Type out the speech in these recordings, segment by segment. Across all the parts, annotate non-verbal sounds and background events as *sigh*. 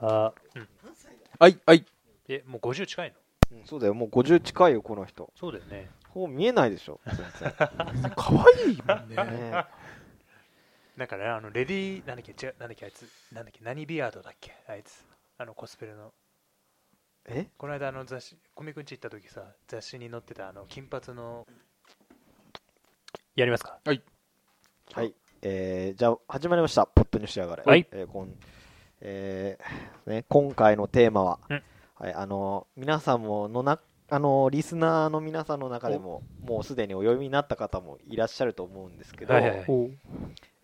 あはい、はい。え、もう50近いのうんそうだよ、もう50近いよ、この人。そうだよね。こう見えないでしょ、全然。可愛いもんね。ねなんかね、あの、レディー、なんだっけ、違う、なんだっけ、あいつ、なんだっけ、何ビアードだっけ、あいつ。あの、コスプレの。 *laughs* えこの間、あの、雑誌、コミックに行った時さ、雑誌に載ってた、あの、金髪の、やりますかはい、えーじゃあ始まりました「ポップに仕上がれ」はいえーこんえーね、今回のテーマは、うんはい、あの皆さんものなあのリスナーの皆さんの中でももうすでにお読みになった方もいらっしゃると思うんですけど、はいはいはいお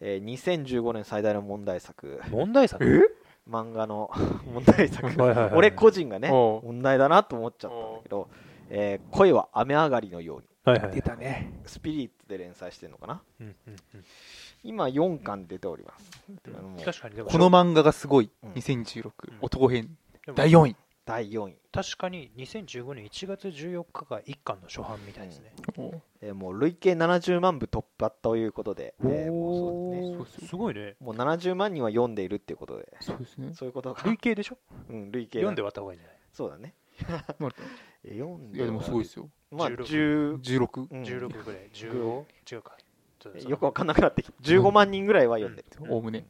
えー2015年最大の問題作問題作漫画の問題作はいはいはい俺個人がねお問題だなと思っちゃったんだけど、えー恋は雨上がりのように」はいはい。出たね。スピリッツで連載してるのかなうんうんうん今4巻出ております、あのうんもう確かに、でも、この漫画がすごい。うん2016、ん男編、でも第4位。第4位確かに2015年1月14日が1巻の初版みたいですね。えーもう累計70万部突破ということで、えーもうそうですねそうですよすごいね。もう70万人は読んでいるっていうことで、そうですね。そういうことが、累計でしょうん、累計だ読んで終わった方がいいんじゃないそうだね。まあ *laughs* え読んいで。や、でもすごいですすよ。まあ、 16 10、 16。うん16ぐらい、15? 違うか。ちょっとえよくわかんなくなってきて、15万人ぐらいは読んでる。うんおおむね。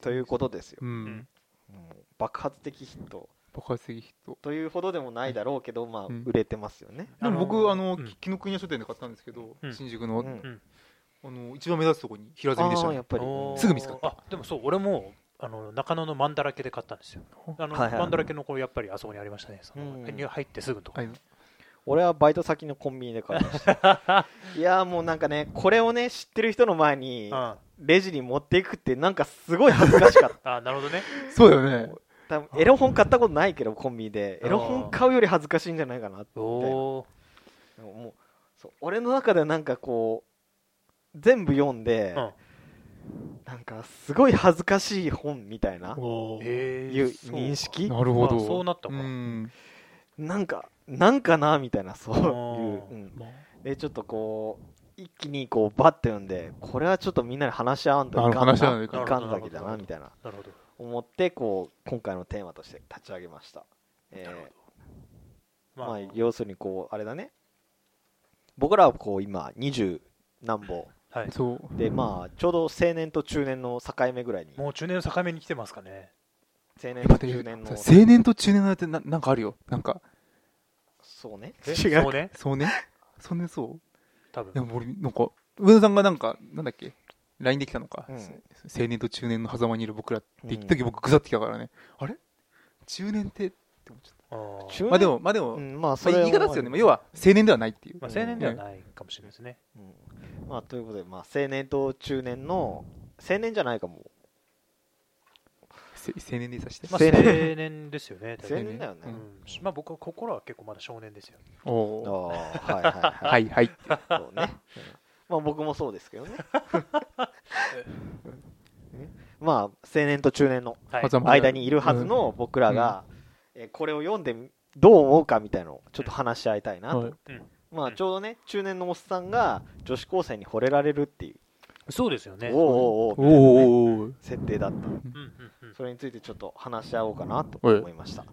ということですよう。うんん。もう爆発的ヒット爆発的ヒット。というほどでもないだろうけど、まあうん、売れてますよね。でもあのー僕、あのうん、紀ノ国屋書店で買ったんですけどう、ん新宿うのんあの一番目立つところに平積あみでしたーやねっ。ぱり。おーすぐ見つかったあでもそう俺もあの中野のマンだらけで買ったんですよあの、はいはいマンだらけの子やっぱりあそこにありましたねその、うんに入ってすぐのとこ、あの俺はバイト先のコンビニで買いました。いやーもうなんかね、これをね、知ってる人の前 *laughs* にうん、あレジに持っていくって、なんかすごい恥ずかしかっ *laughs* た。なるほどねそうだよね。多分エロ本買ったことないけどコンビニであーエロ本買うより恥ずかしいんじゃないかなっておもおうそう俺の中ではなんかこう全部読んで、うんなんかすごい恥ずかしい本みたいないうえそうか認識なるほあど。そうなったかうん。なんかなんかなみたいなそういう、あーうんまあでちょっとこう一気にこうバッて読んでこれはちょっとみんなで話し合わんとあのいかんな話し合わないいかんかんだけだなみたいななるほど思ってこう今回のテーマとして立ち上げました、えなるーほどまあ、まあ、要するにこうあれだね僕らはこう今20何本はいそう。でまあちょうど青年と中年の境目ぐらいに青もう中年の境目に来てますかね年やっぱとね中年の青年と中年の間ってななんかあるよ。なんか、そうねえ違うそうねそう *laughs* ね。そうね、そう。多分でも俺、なんか、上野さんがなんか、なんだっけ、LINE できたのか、うん青年と中年の狭間にいる僕らって言った時、僕、ぐさってきたからね、あれ中年ってって思っちゃっあーた。中年まあでも、まあでうも、んまあまそあれ言い方ですよね、まあ要は青年ではないっていう。まあ、青年ではないかもしれないですね、うんまあということでまあ青年と中年の青年じゃないかもせ青年でさして。まあ、青青年年ですよね多青分年だよねううんんまあ僕は心は結構まだ少年ですよあおあーはい *laughs* はいははいいはい。そうねうんまあ僕も *laughs* そうですけどねねまあ青年と中年のはい狭間間にいるはずの僕らが、えーこれを読んでどう思うかみたいのをちょっと話し合いたいなと、はいまあちょうどね中年のおっさんが女子高生に惚れられるっていう、そうですよねおおうおうおうおー設定だったうんうんうんそれについてちょっと話し合おうかなと思いました、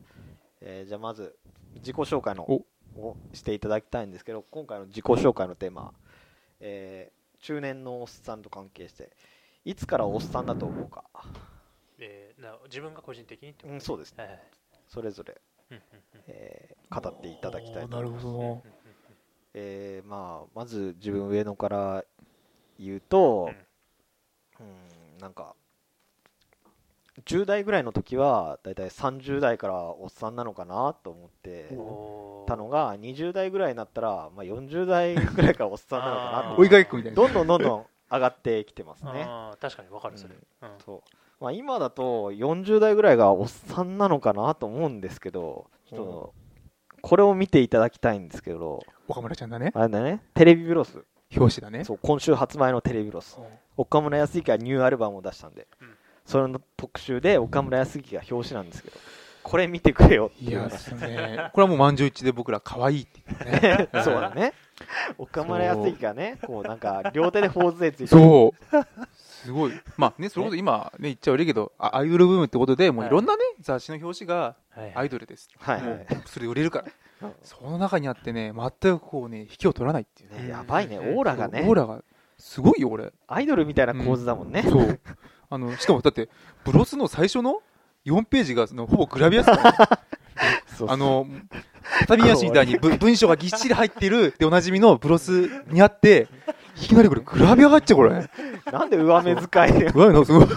えーじゃあまず自己紹介のおをしていただきたいんですけど今回の自己紹介のテーマは、えー中年のおっさんと関係していつからおっさんだと思うか、えーな自分が個人的にってこうとん、そうですねはいはいそれぞれ、うんうんえー語っていただきたおいとーな思るいますほうんえーまあ、まず自分上野から言うと、うん、なんか10代ぐらいの時はだいたい30代からおっさんなのかなと思ってうんおーたのが20代ぐらいになったら、まあ、40代ぐらいからおっさんなのかなあとー追いかけっこみたいな。どんどんどんどん上がってきてますね。あー確かにわかるそれ、うんそうまあ、今だと40代ぐらいがおっさんなのかなと思うんですけどちょっとこれを見ていただきたいんですけど岡村ちゃんだね。あれだねテレビブロス表紙だね。そう今週発売のテレビロス岡村康之がニューアルバムを出したんで、うんそれの特集で岡村康之が表紙なんですけどこれ見てくれよっていいうや、話。そうね。これはもう満場一致で僕ら可愛いって言ってたねそうだね岡村康之がねこうなんか両手で頬杖ついてそう。すごいまあねそれこそ今ね言っちゃ悪いけどあアイドルブームってことでもうはいいろんなね雑誌の表紙がはいアイドルですはいもうそれで売れるからうんその中にあってね全くこうね引きを取らないっていうねねやばいねオーラがねオーラがすごいよ俺アイドルみたいな構図だもんね、そうあのしかもだってブロスの最初の4ページがそのほぼグラビアスだからねそうそうあの畳足みたいにぶ文章がぎっしり入ってるでおなじみのブロスにあっていきなりこれグラビア入っちゃうこれなんで上目遣いでうわすごい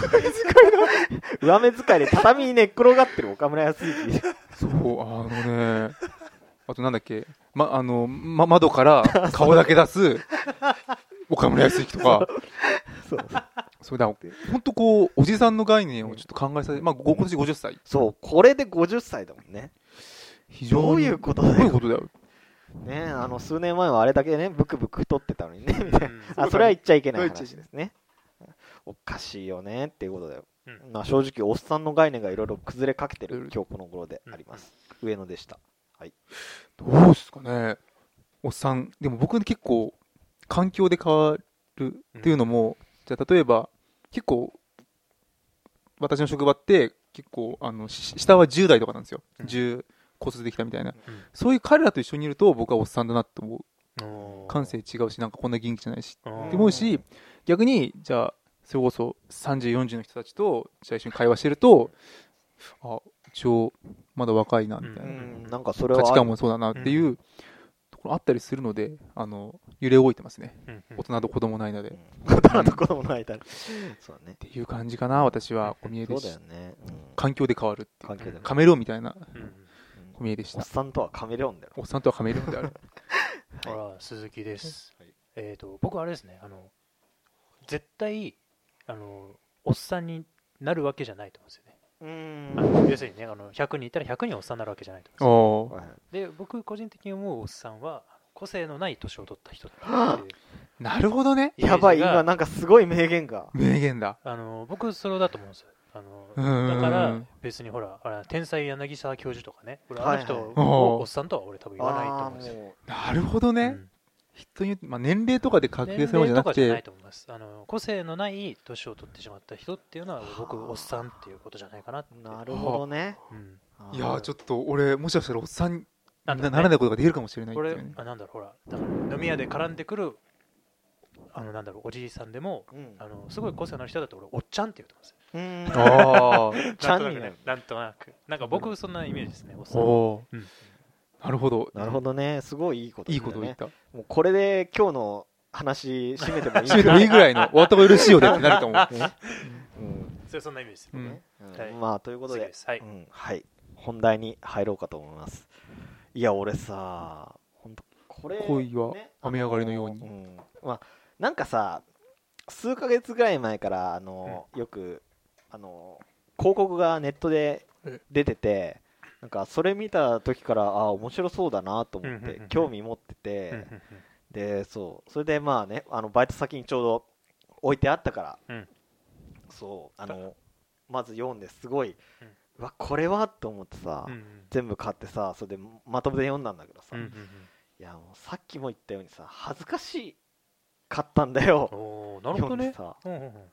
上目遣いで畳に寝っ転がってる岡村康之そう、あのね、 *laughs* あとなんだっけ、ま、あの、ま、窓から顔だけ出す、 *laughs* 岡村康之とか、そうそうだ、本当こう、おじさんの概念をちょっと考えさせ、まあ、ご今年50歳。そうこれで50歳だもんね非常にどういうことどうだいうよことだよ。ねあの数年前はあれだけねブクブク太ってたのにねみたいうんなあそれは言っちゃいけないそれは言っち話ですねおかしいよねっていうことだよ、うんまあ正直おっさんの概念がいろいろ崩れかけてうるん今日この頃であります、上野でしたどうですかね、おっさん。でも僕結構、環境で変わるっていうのも、じゃあ例えば、結構、私の職場って、結構、あの、し下は10代とかなんですよ。うん10、高卒できたみたいな。うんそういう彼らと一緒にいると僕はおっさんだなって思うおー感性違うしなんかこんな元気じゃないしうんって思うし逆にじゃあそれこそ3040の人たちとじゃあ一緒に会話してるとあ一応まだ若いなみたうういなんんなんかそれは価ある値観もそうだなっていうところあったりするのであの揺れ動いてますねうんうん大人と子供の間でっうん大人と子供の間にそうだねていう感じかな私は小見江そでうだしよね、うん環境で変わるっていう環境でもカメレオンみたいなうんうんうん小見江でしおったさんとはカメレオンだよおっさんとはカメレオンであるほら鈴木です、はいえっ、と僕あれですねあの絶対あのおっさんになるわけじゃないと思うんですよねうあんの要するにねあの100人いたら100人おっさんになるわけじゃないとあ思うんーですよで僕個人的に思うおっさんは個性のない年を取った人だなっ *laughs* ていうなるほどねイメージがやばい今なんかすごい名言が名言だあの僕それだと思うんですよあのうんうんうんだから別にほらあれ天才柳沢教授とかね俺あの人はいはいをおっさんとは俺多分言わないと思うんですよ、よなるほどね、うん人によってまあ、年齢とかで確定年するもん齢じゃとかなくじゃないてと思いますあの個性のない年を取ってしまった人っていうのは僕はあおっさんっていうことじゃないかなっていうなるほどねうんいやーちょょっっと俺もしかしたらおっさんにななんだろうねならないことができるかもしれないってこいれうねあなんだろうほらだから飲み屋で絡んでくるあのなんだろうおじいさんでもとうんあのすごい個性のある人だと俺おっちゃんって言うと思うんですようんあちゃんなんにとななくねるなんとなくなんか僕そんなイメージですねおっあさんはおーうんなるほどなるほどねすごいいいこといいだねことを言ったもうこれで今日の話締めてもいい締めてもいいぐらいの終わった方が嬉しいよねってなると思うねそれそんなイメージですううんんねうんはいまあということ次で、ですはいうんはい本題に入ろうかと思いますいや俺さ本当これ恋はね雨上がりのよううにんまあなんかさ数ヶ月ぐらい前からあの、よくあの広告がネットでえ出ててなんかそれ見た時からあ面白そうだなと思って、うんうんうんうん興味持ってて、うんうんでそうそれでまあねあのバイト先にちょうど置いてあったから、うんそうあのまず読んですごい、ううんわこれはと思ってさ、うん全部買ってさそれでまとめて読んだんだけどさ、うんうんうんいやもうさっきも言ったようにさ恥ずかしかったんだようんおーなるほどね読んうでさんうんうん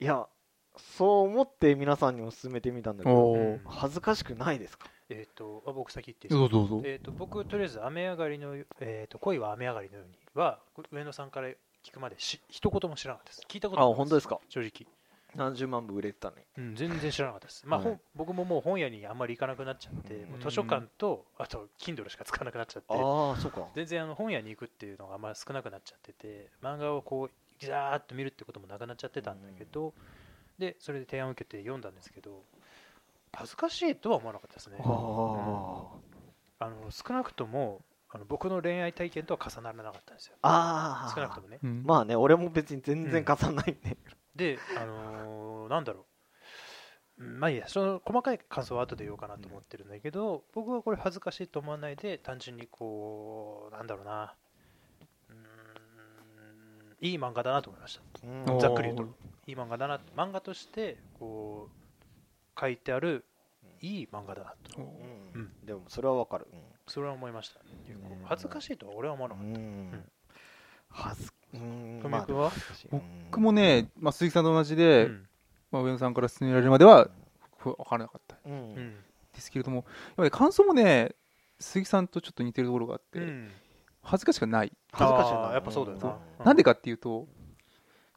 いやそう思って皆さんにも勧めてみたんだけどおうーん恥ずかしくないですかえっとあ僕先言っていいですかどうぞどうぞえー、と僕、とりあえず雨上がりのよ、えー、と恋は雨上がりのようにはこ上野さんから聞くまでし一言も知らなかったです。聞いたことあもなか本っ当たですか正直、何十万部売れてたのにうん、全然知らなかったです。まあ、はい本僕ももう本屋にあんまり行かなくなっちゃって、もう図書館とあと Kindle しか使わなくなっちゃって、ああそうか全然あの本屋に行くっていうのがあんまり少なくなっちゃってて、漫画をこうじゃーっと見るってこともなくなっちゃってたんだけど、でそれで提案を受けて読んだんですけど、恥ずかしいとは思わなかったですね。あーあの少なくともあの僕の恋愛体験とは重ならなかったんですよあー少なくともねうんまあね俺も別に全然重ならないね、であのーなんだろううんまあいいやその細かい感想は後で言おうかなと思ってるんだけど、僕はこれ恥ずかしいと思わないで単純にこうなんだろうなうーんいい漫画だなと思いましたうんおーざっくり言うといい漫画だな漫画としてこう書いてあるいい漫画だなとううんん、でもそれはわかる、うんそれは思いましたね恥ずかしいとは俺は思わなかったうん恥ずうん富ま美あ君は、僕もね、まあ、鈴木さんと同じで、うんまあ、上野さんから勧められるまでは分からなかったうんううんんですけれども、やっぱり感想もね、鈴木さんとちょっと似てるところがあって、うん恥ずかしくない、恥ずかしいあなーやっぱそうだよな、うんなんでかっていうと、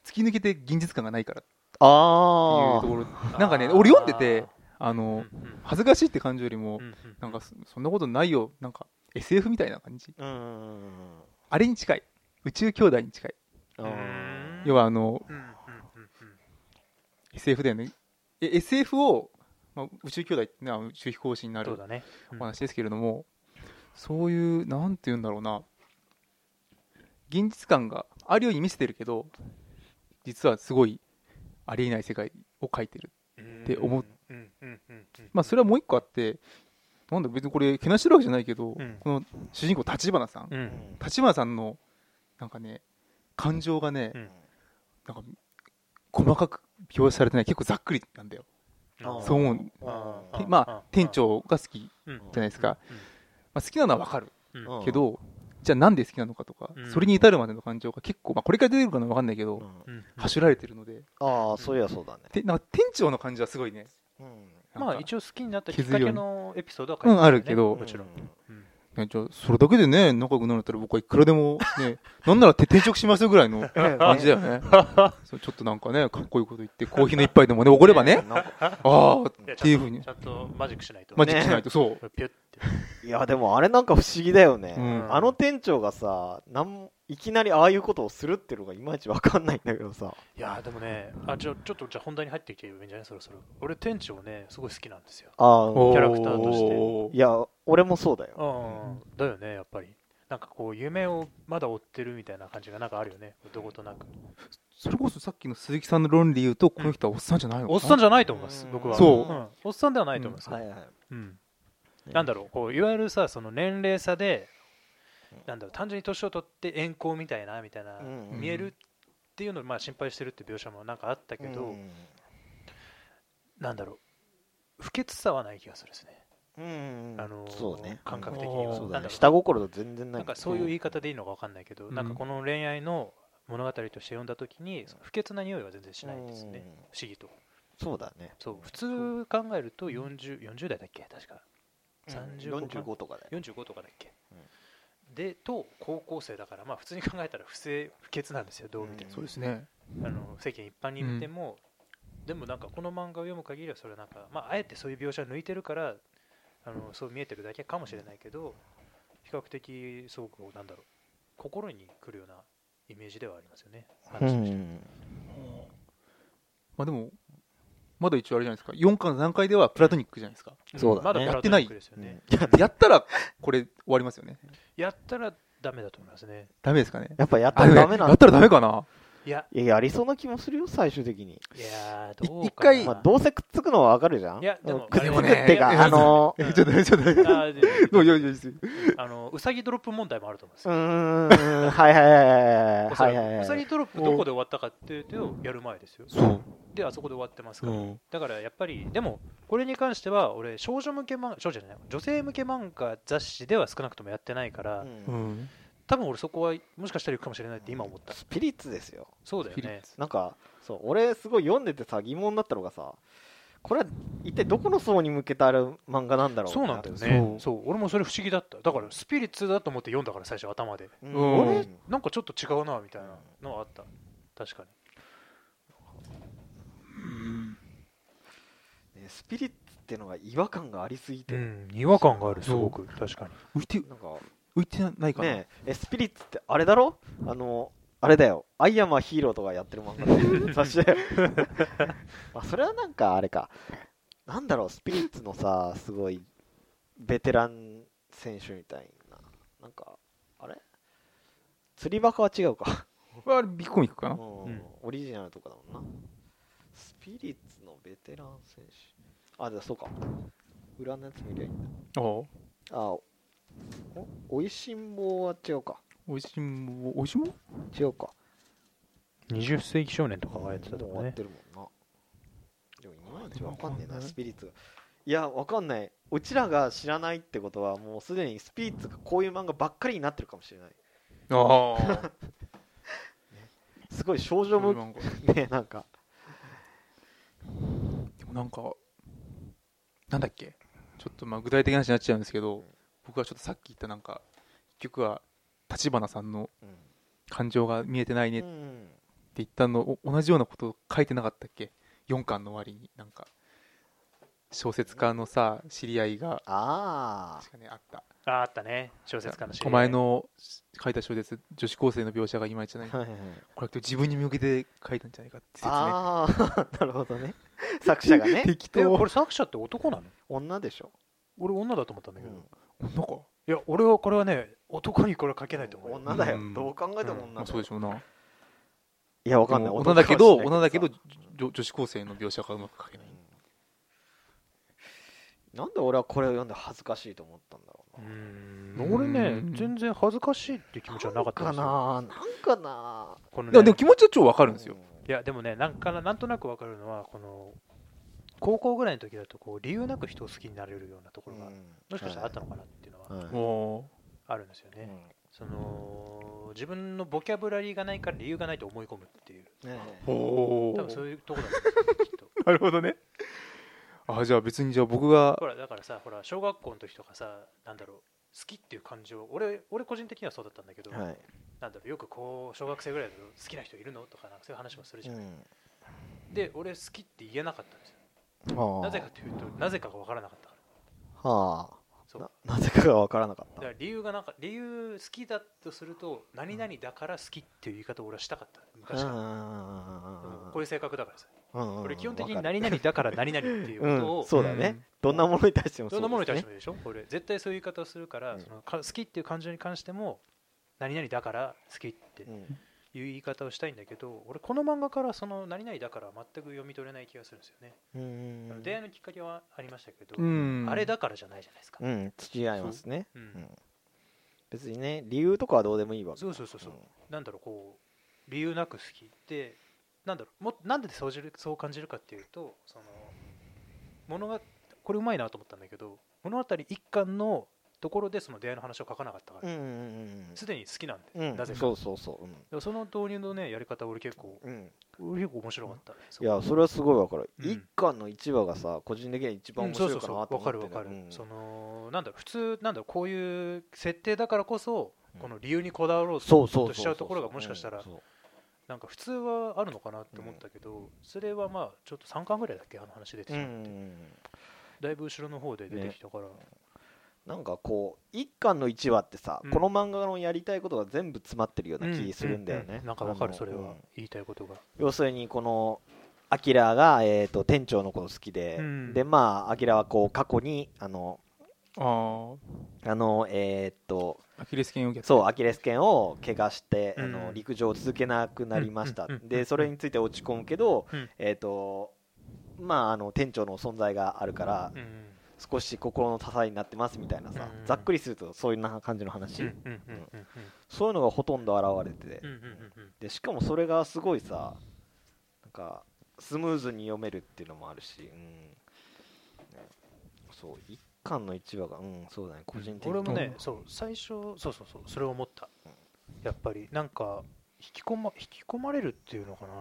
突き抜けて現実感がないからっていうあとこあろ、なんかね、俺読んでて、あうのんうん恥ずかしいって感じよりも、うんうんなんかそそんなことないよ、なんか SF みたいな感じ、うんうんあれに近い、宇宙兄弟に近い、うんうん要はあのうんうんうんうん SF だよね、え SF を、まあ、宇宙兄弟って、ね、あの宇宙飛行士になそうるだねお話ですけれども、そういう、なんて言うんだろうな、現実感があるように見せてるけど、実はすごいありえない世界を描いてる。って思ううんうんうんうんまあ、それはもう一個あって、なんだ、別にこれ、けなしてるわけじゃないけど、うんこの主人公、立花さん、うん立花さんの、なんかね、感情がね、うんなんか、細かく描写されてない、結構ざっくりなんだよ。あーそう思う。あてーまあーあ、店長が好き、じゃゃないですかまあ、好きなのはわかる。うんうんけど、じゃあなんで好きなのかとか、うんそれに至るまでの感情が結構、まあ、これから出てくるかなわかんないけど、うんうん走られてるのでああそういやそうだねてなんか店長の感じはすごいねうんまあ応一応好きになったきっかけのエピソードは書いてうんあるよねけど、もちろんうんじゃあそれだけでね仲良くなれたら僕はいくらでも、ね、 *laughs* なんならて転職しますよぐらいの *laughs* 感じだよねそうちょっとなんかねかっこいいこと言ってコーヒーの一杯でもね怒ればねなんかああっいやちゃんとていうふうにちゃんとマジックしないとマジックしないと、そうピュッていやでもあれなんか不思議だよね、うんあの店長がさなんもいきなりああいうことをするっていうのがいまいちわかんないんだけどさいやーでもねあじゃあちょっとじゃあ本題に入っていけばいいんじゃないそろそろ俺店長ねすごい好きなんですよああキャラクターとしておーいや俺もそうだようんだよねやっぱりなんかこう夢をまだ追ってるみたいな感じがなんかあるよねどことなくそれこそさっきの鈴木さんの論理言うとこの人はおっさんじゃないのかなおっさんじゃないと思いますうん僕はそうんおっさんではないと思いますはいはいうんなんだろうこういわゆるさその年齢差でうんなんだろう単純に年を取って遠行みたいなみたいな、うん見えるっていうのをまあ心配してるって描写もなんかあったけど、うんなんだろう不潔さはない気がするですね、うんあのーそうね感覚的ににははそうなだんねだろう下心と全然ないなんかそういう言い方でいいのかわかんないけど、うんなんかこの恋愛の物語として読んだ時にその不潔な匂いは全然しないですね、うん不思議とそうだねそう普通考えると 40, 40代だっけ確か35うん45とかだよ45とかだっけ、でと高校生だからまあ普通に考えたら不正不潔なんですよどう見ても、そうですねあの世間一般に見ても、でもなんかこの漫画を読む限りはそれはなんか、まあ、あえてそういう描写を抜いてるからあのそう見えてるだけかもしれないけど比較的すごくなんだろう心にくるようなイメージではありますよね話としてんまあでもまだ一応あれじゃないですか4巻の段階ではプラトニックじゃないですか *laughs* うんそうだねまだやってないプラトニックですよね、やったらこれ終わりますよね。やったらダメだと思いますねダメですかね。やっぱやったあらでもダメなやんっだたらダメかな。いやいややりそうな気もするよ最終的にいやーいどうかな一回まあどうせくっつくのはわかるじゃんいやでもくっでつもくっねていかやあのうん *laughs* えちょっとちょっと。あーでもう *laughs* よいよいですよ。あのうさぎドロップ問題もあると思うんですうよーんはいはいはいはいおそはらいくはいはういさぎドロップどこで終わったかっていうとやる前ですよそう。であそこで終わってますから、うんだからやっぱりでもこれに関しては俺少女向け漫画少女じゃない女性向け漫画雑誌では少なくともやってないから、ううんん。多分俺そこはもしかしたら行くかもしれないって今思ったスピリッツですよそうだよスピリねッツなんかそう俺すごい読んでてさ疑問だったのがさこれは一体どこの層に向けてある漫画なんだろうそうなんだよそねうそう俺もそれ不思議だっただからスピリッツだと思って読んだから最初頭でううんん、あれなんかちょっと違うなみたいなのはあった確かにねスピリッツってのが違和感がありすぎて、ん違和感があるすごく確かに浮いてなんか浮いてないかな。ねええスピリッツってあれだろあのあれだよ「アイアマヒーロー」とかやってる漫画 *laughs* の雑誌だよ *laughs* まあそれはなんかあれかなんだろうスピリッツのさすごいベテラン選手みたいななんかあれ釣りバカは違うか、あれビッグコミックかうな。んうんオリジナルとかだもんなスピリッツのベテラン選手あじゃあそうか裏のやつ見りゃいいんあだあ。あおおいしんぼは違うかおいしいもおいしいも？違うか20世紀少年とかもがうやってたと終かわっねてるもんなでもいまいちわわかかんんねねええななスピリッツがいやわかんないうちらが知らないってことはもうすでにスピリッツがこういう漫画ばっかりになってるかもしれないああ。すごい少女そういう向漫画け *laughs* ねなんかでもなんかなんだっけちょっとまあ具体的な話になっちゃうんですけど、僕はちょっとさっき言ったなんか結局は立花さんのうん感情が見えてないねっうてん言ったの、お同じようなこと書いてなかったっけ4巻の終わりになんか小説家のさ知り合いがあ確かねあったああったね小説家の知り合い狛江の書いた小説女子高生の描写がいまいちじゃないあ、はいはいはい、これは自分に向けて書いたんじゃないかって説明ああ *laughs* なるほどね作者がね適え当これ作者って男なの女でしょ、俺女だと思ったんだけど、うんなんかいや俺はこれはね男にこれは書けないと思うよ女だよ、うんどう考えても女だよ、まあそうでしょうないやわかんなでいも女だけど男か女もしだけれなどいさ女女子高生の描写がうまく書けないうんなんで俺はこれを読んで恥ずかしいと思ったんだろうな、うん俺ねうん全然恥ずかしいって気持ちはなかったなんですかよななんかなこのいやでねも気持ちは超わかるんですよ、いやでもねなんかななんとなくわかるのはこの高校ぐらいの時だとこう理由なく人を好きになれるようなところがもしかしたらあったのかなっていうのははいおおあるんですようんねその自分のボキャブラリーがないから理由がないと思い込むっていうねーお多分そうーいうところなんですよきっとなるほどねあじゃあ別にじゃあ僕がほらだからさほら小学校の時とかさなんだろう好きっていう感情俺俺個人的にはそうだったんだけど、えはいなんだろうよくこう小学生ぐらいだと好きな人いるのとかなんかそういう話もするじうゃん、んで俺好きって言えなかったんですよはあなぜかというとなぜかが分からなかったからはあそうななぜかが分からなかっだたから理由がなんか理由好きだとすると何々だから好きっていう言い方を俺はしたかった昔から、うんこういう性格だからさ俺基本的に何々だから何々っていううことんをそうだねどんなものに対してもどそなうんですねものに対してもでしょ俺絶対そういう言い方をするから、うんそのか好きっていう感情に関しても何々だから好きっていううん言い方をしたいんだけど俺この漫画からその何々だからは全く読み取れない気がするんですよね、うん出会いのきっかけはありましたけど、うんあれだからじゃないじゃないですか、うん付き合いますねうんうん別にね理由とかはどうでもいいわけそうそうそうそう、なんだろうこう理由なく好きってなんだろうもなんでそうじるそう感じるかっていうとその物がこれうまいなと思ったんだけど物語一巻のところでその出会いの話を書かなかったからうんうんうんすでに好きなんで、うんうんなぜかそうそうそううんでもその導入のねやり方俺結構うん俺結構面白かったそいこやそれはすごいわかるうん一巻の一話がさ個人的には一番うん面そう白そいうかそうなわと思っかてるわかる、うんそのなんだろう普通なんだろうこういう設定だからこそうんこの理由にこだわろうとそうそうそうとしちゃうところがもしかしたらうんそうなんか普通はあるのかなって思ったけど、それはまあちょっと3巻ぐらいだっけあの話出てしうんうまんっうて、んだいぶ後ろの方で出てきたから、なんかこう一巻の一話ってさ、うんこの漫画のやりたいことが全部詰まってるような気するんだよね、うううなんかわかるそれあのうはん言いたいことが要するにこのアキラが、えー、と店長のこと好きで、うんでまあアキラはこう過去にあのああのえっ、とあアキレス腱を受けそうアキレス腱を怪我して、うんあの陸上を続けなくなりました、うんうんうんでそれについて落ち込むけど、うんえっ、とまああの店長の存在があるから、うん少し心の支えになってますみたいなさ、うんざっくりするとそういうな感じの話、うんうんうんうんそういうのがほとんど現れてうんて、うんうんうんでしかもそれがすごいさなんかスムーズに読めるっていうのもあるし、うんねそう一巻の一話がうんそうだね個人的に俺もうねんそう最初そうそうそうそれを思ったやっぱりなんか引き込ま引き込まれるっていうのかな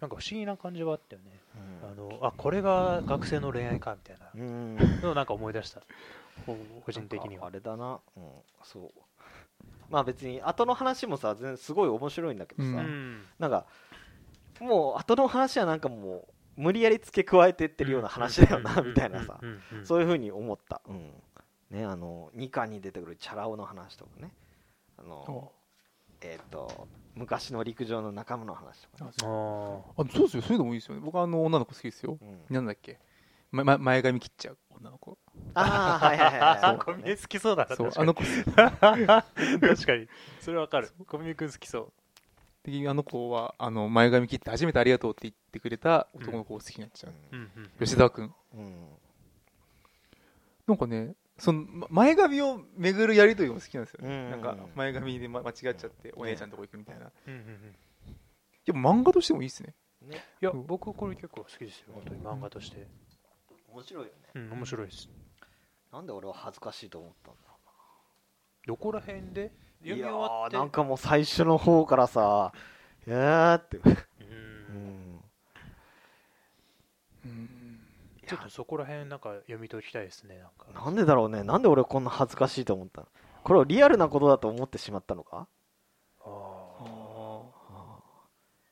なんか不思議な感じはあったよね、あのあこれが学生の恋愛かみたいなうん、うんのをなんか思い出した個人的になんかあはれだなうんそうまあ別に後の話もさ全然すごい面白いんだけどさ、ううんなんかもう後の話はなんかもう無理やり付け加えてってるような話だよなみたいなさうそういうふうに思った、うんね、あの2巻に出てくるチャラ男の話とかねあの、えー、と昔の陸上の仲間の話とか、ねあああそうですよそういうのもいいですよね僕はあの女の子好きですようん、なんだっけ、まま、前髪切っちゃう女の子ああはいはいはいはいあそコうミだねネ好き *laughs* そうだなそう確かあにの子 *laughs* 確かにそれわかるコミネ君好きそう的あの子はあの前髪切って初めてありがとうって言ってくれた男の子を好きになっちゃう、うんうん吉沢君うんうんなんかねそのま前髪を巡るやりとりも好きなんですようんうんうねんなんか前髪で、ま、間違っちゃってお姉ちゃんのとこ行くみたいなうんうんうんでも漫画としてもいいですねね、いやうん僕これ結構好きですよ本当に漫画として面白いよねうん面白いですなんで俺は恥ずかしいと思ったんだろどこら辺で読いみや終わってーなんかもう最初の方からさ「いや」って、ううんん、うんちょっとそこら辺なんか読み解きたいですねなんかなんでだろうねなんで俺こんな恥ずかしいと思ったのこれをリアルなことだと思ってしまったのかあ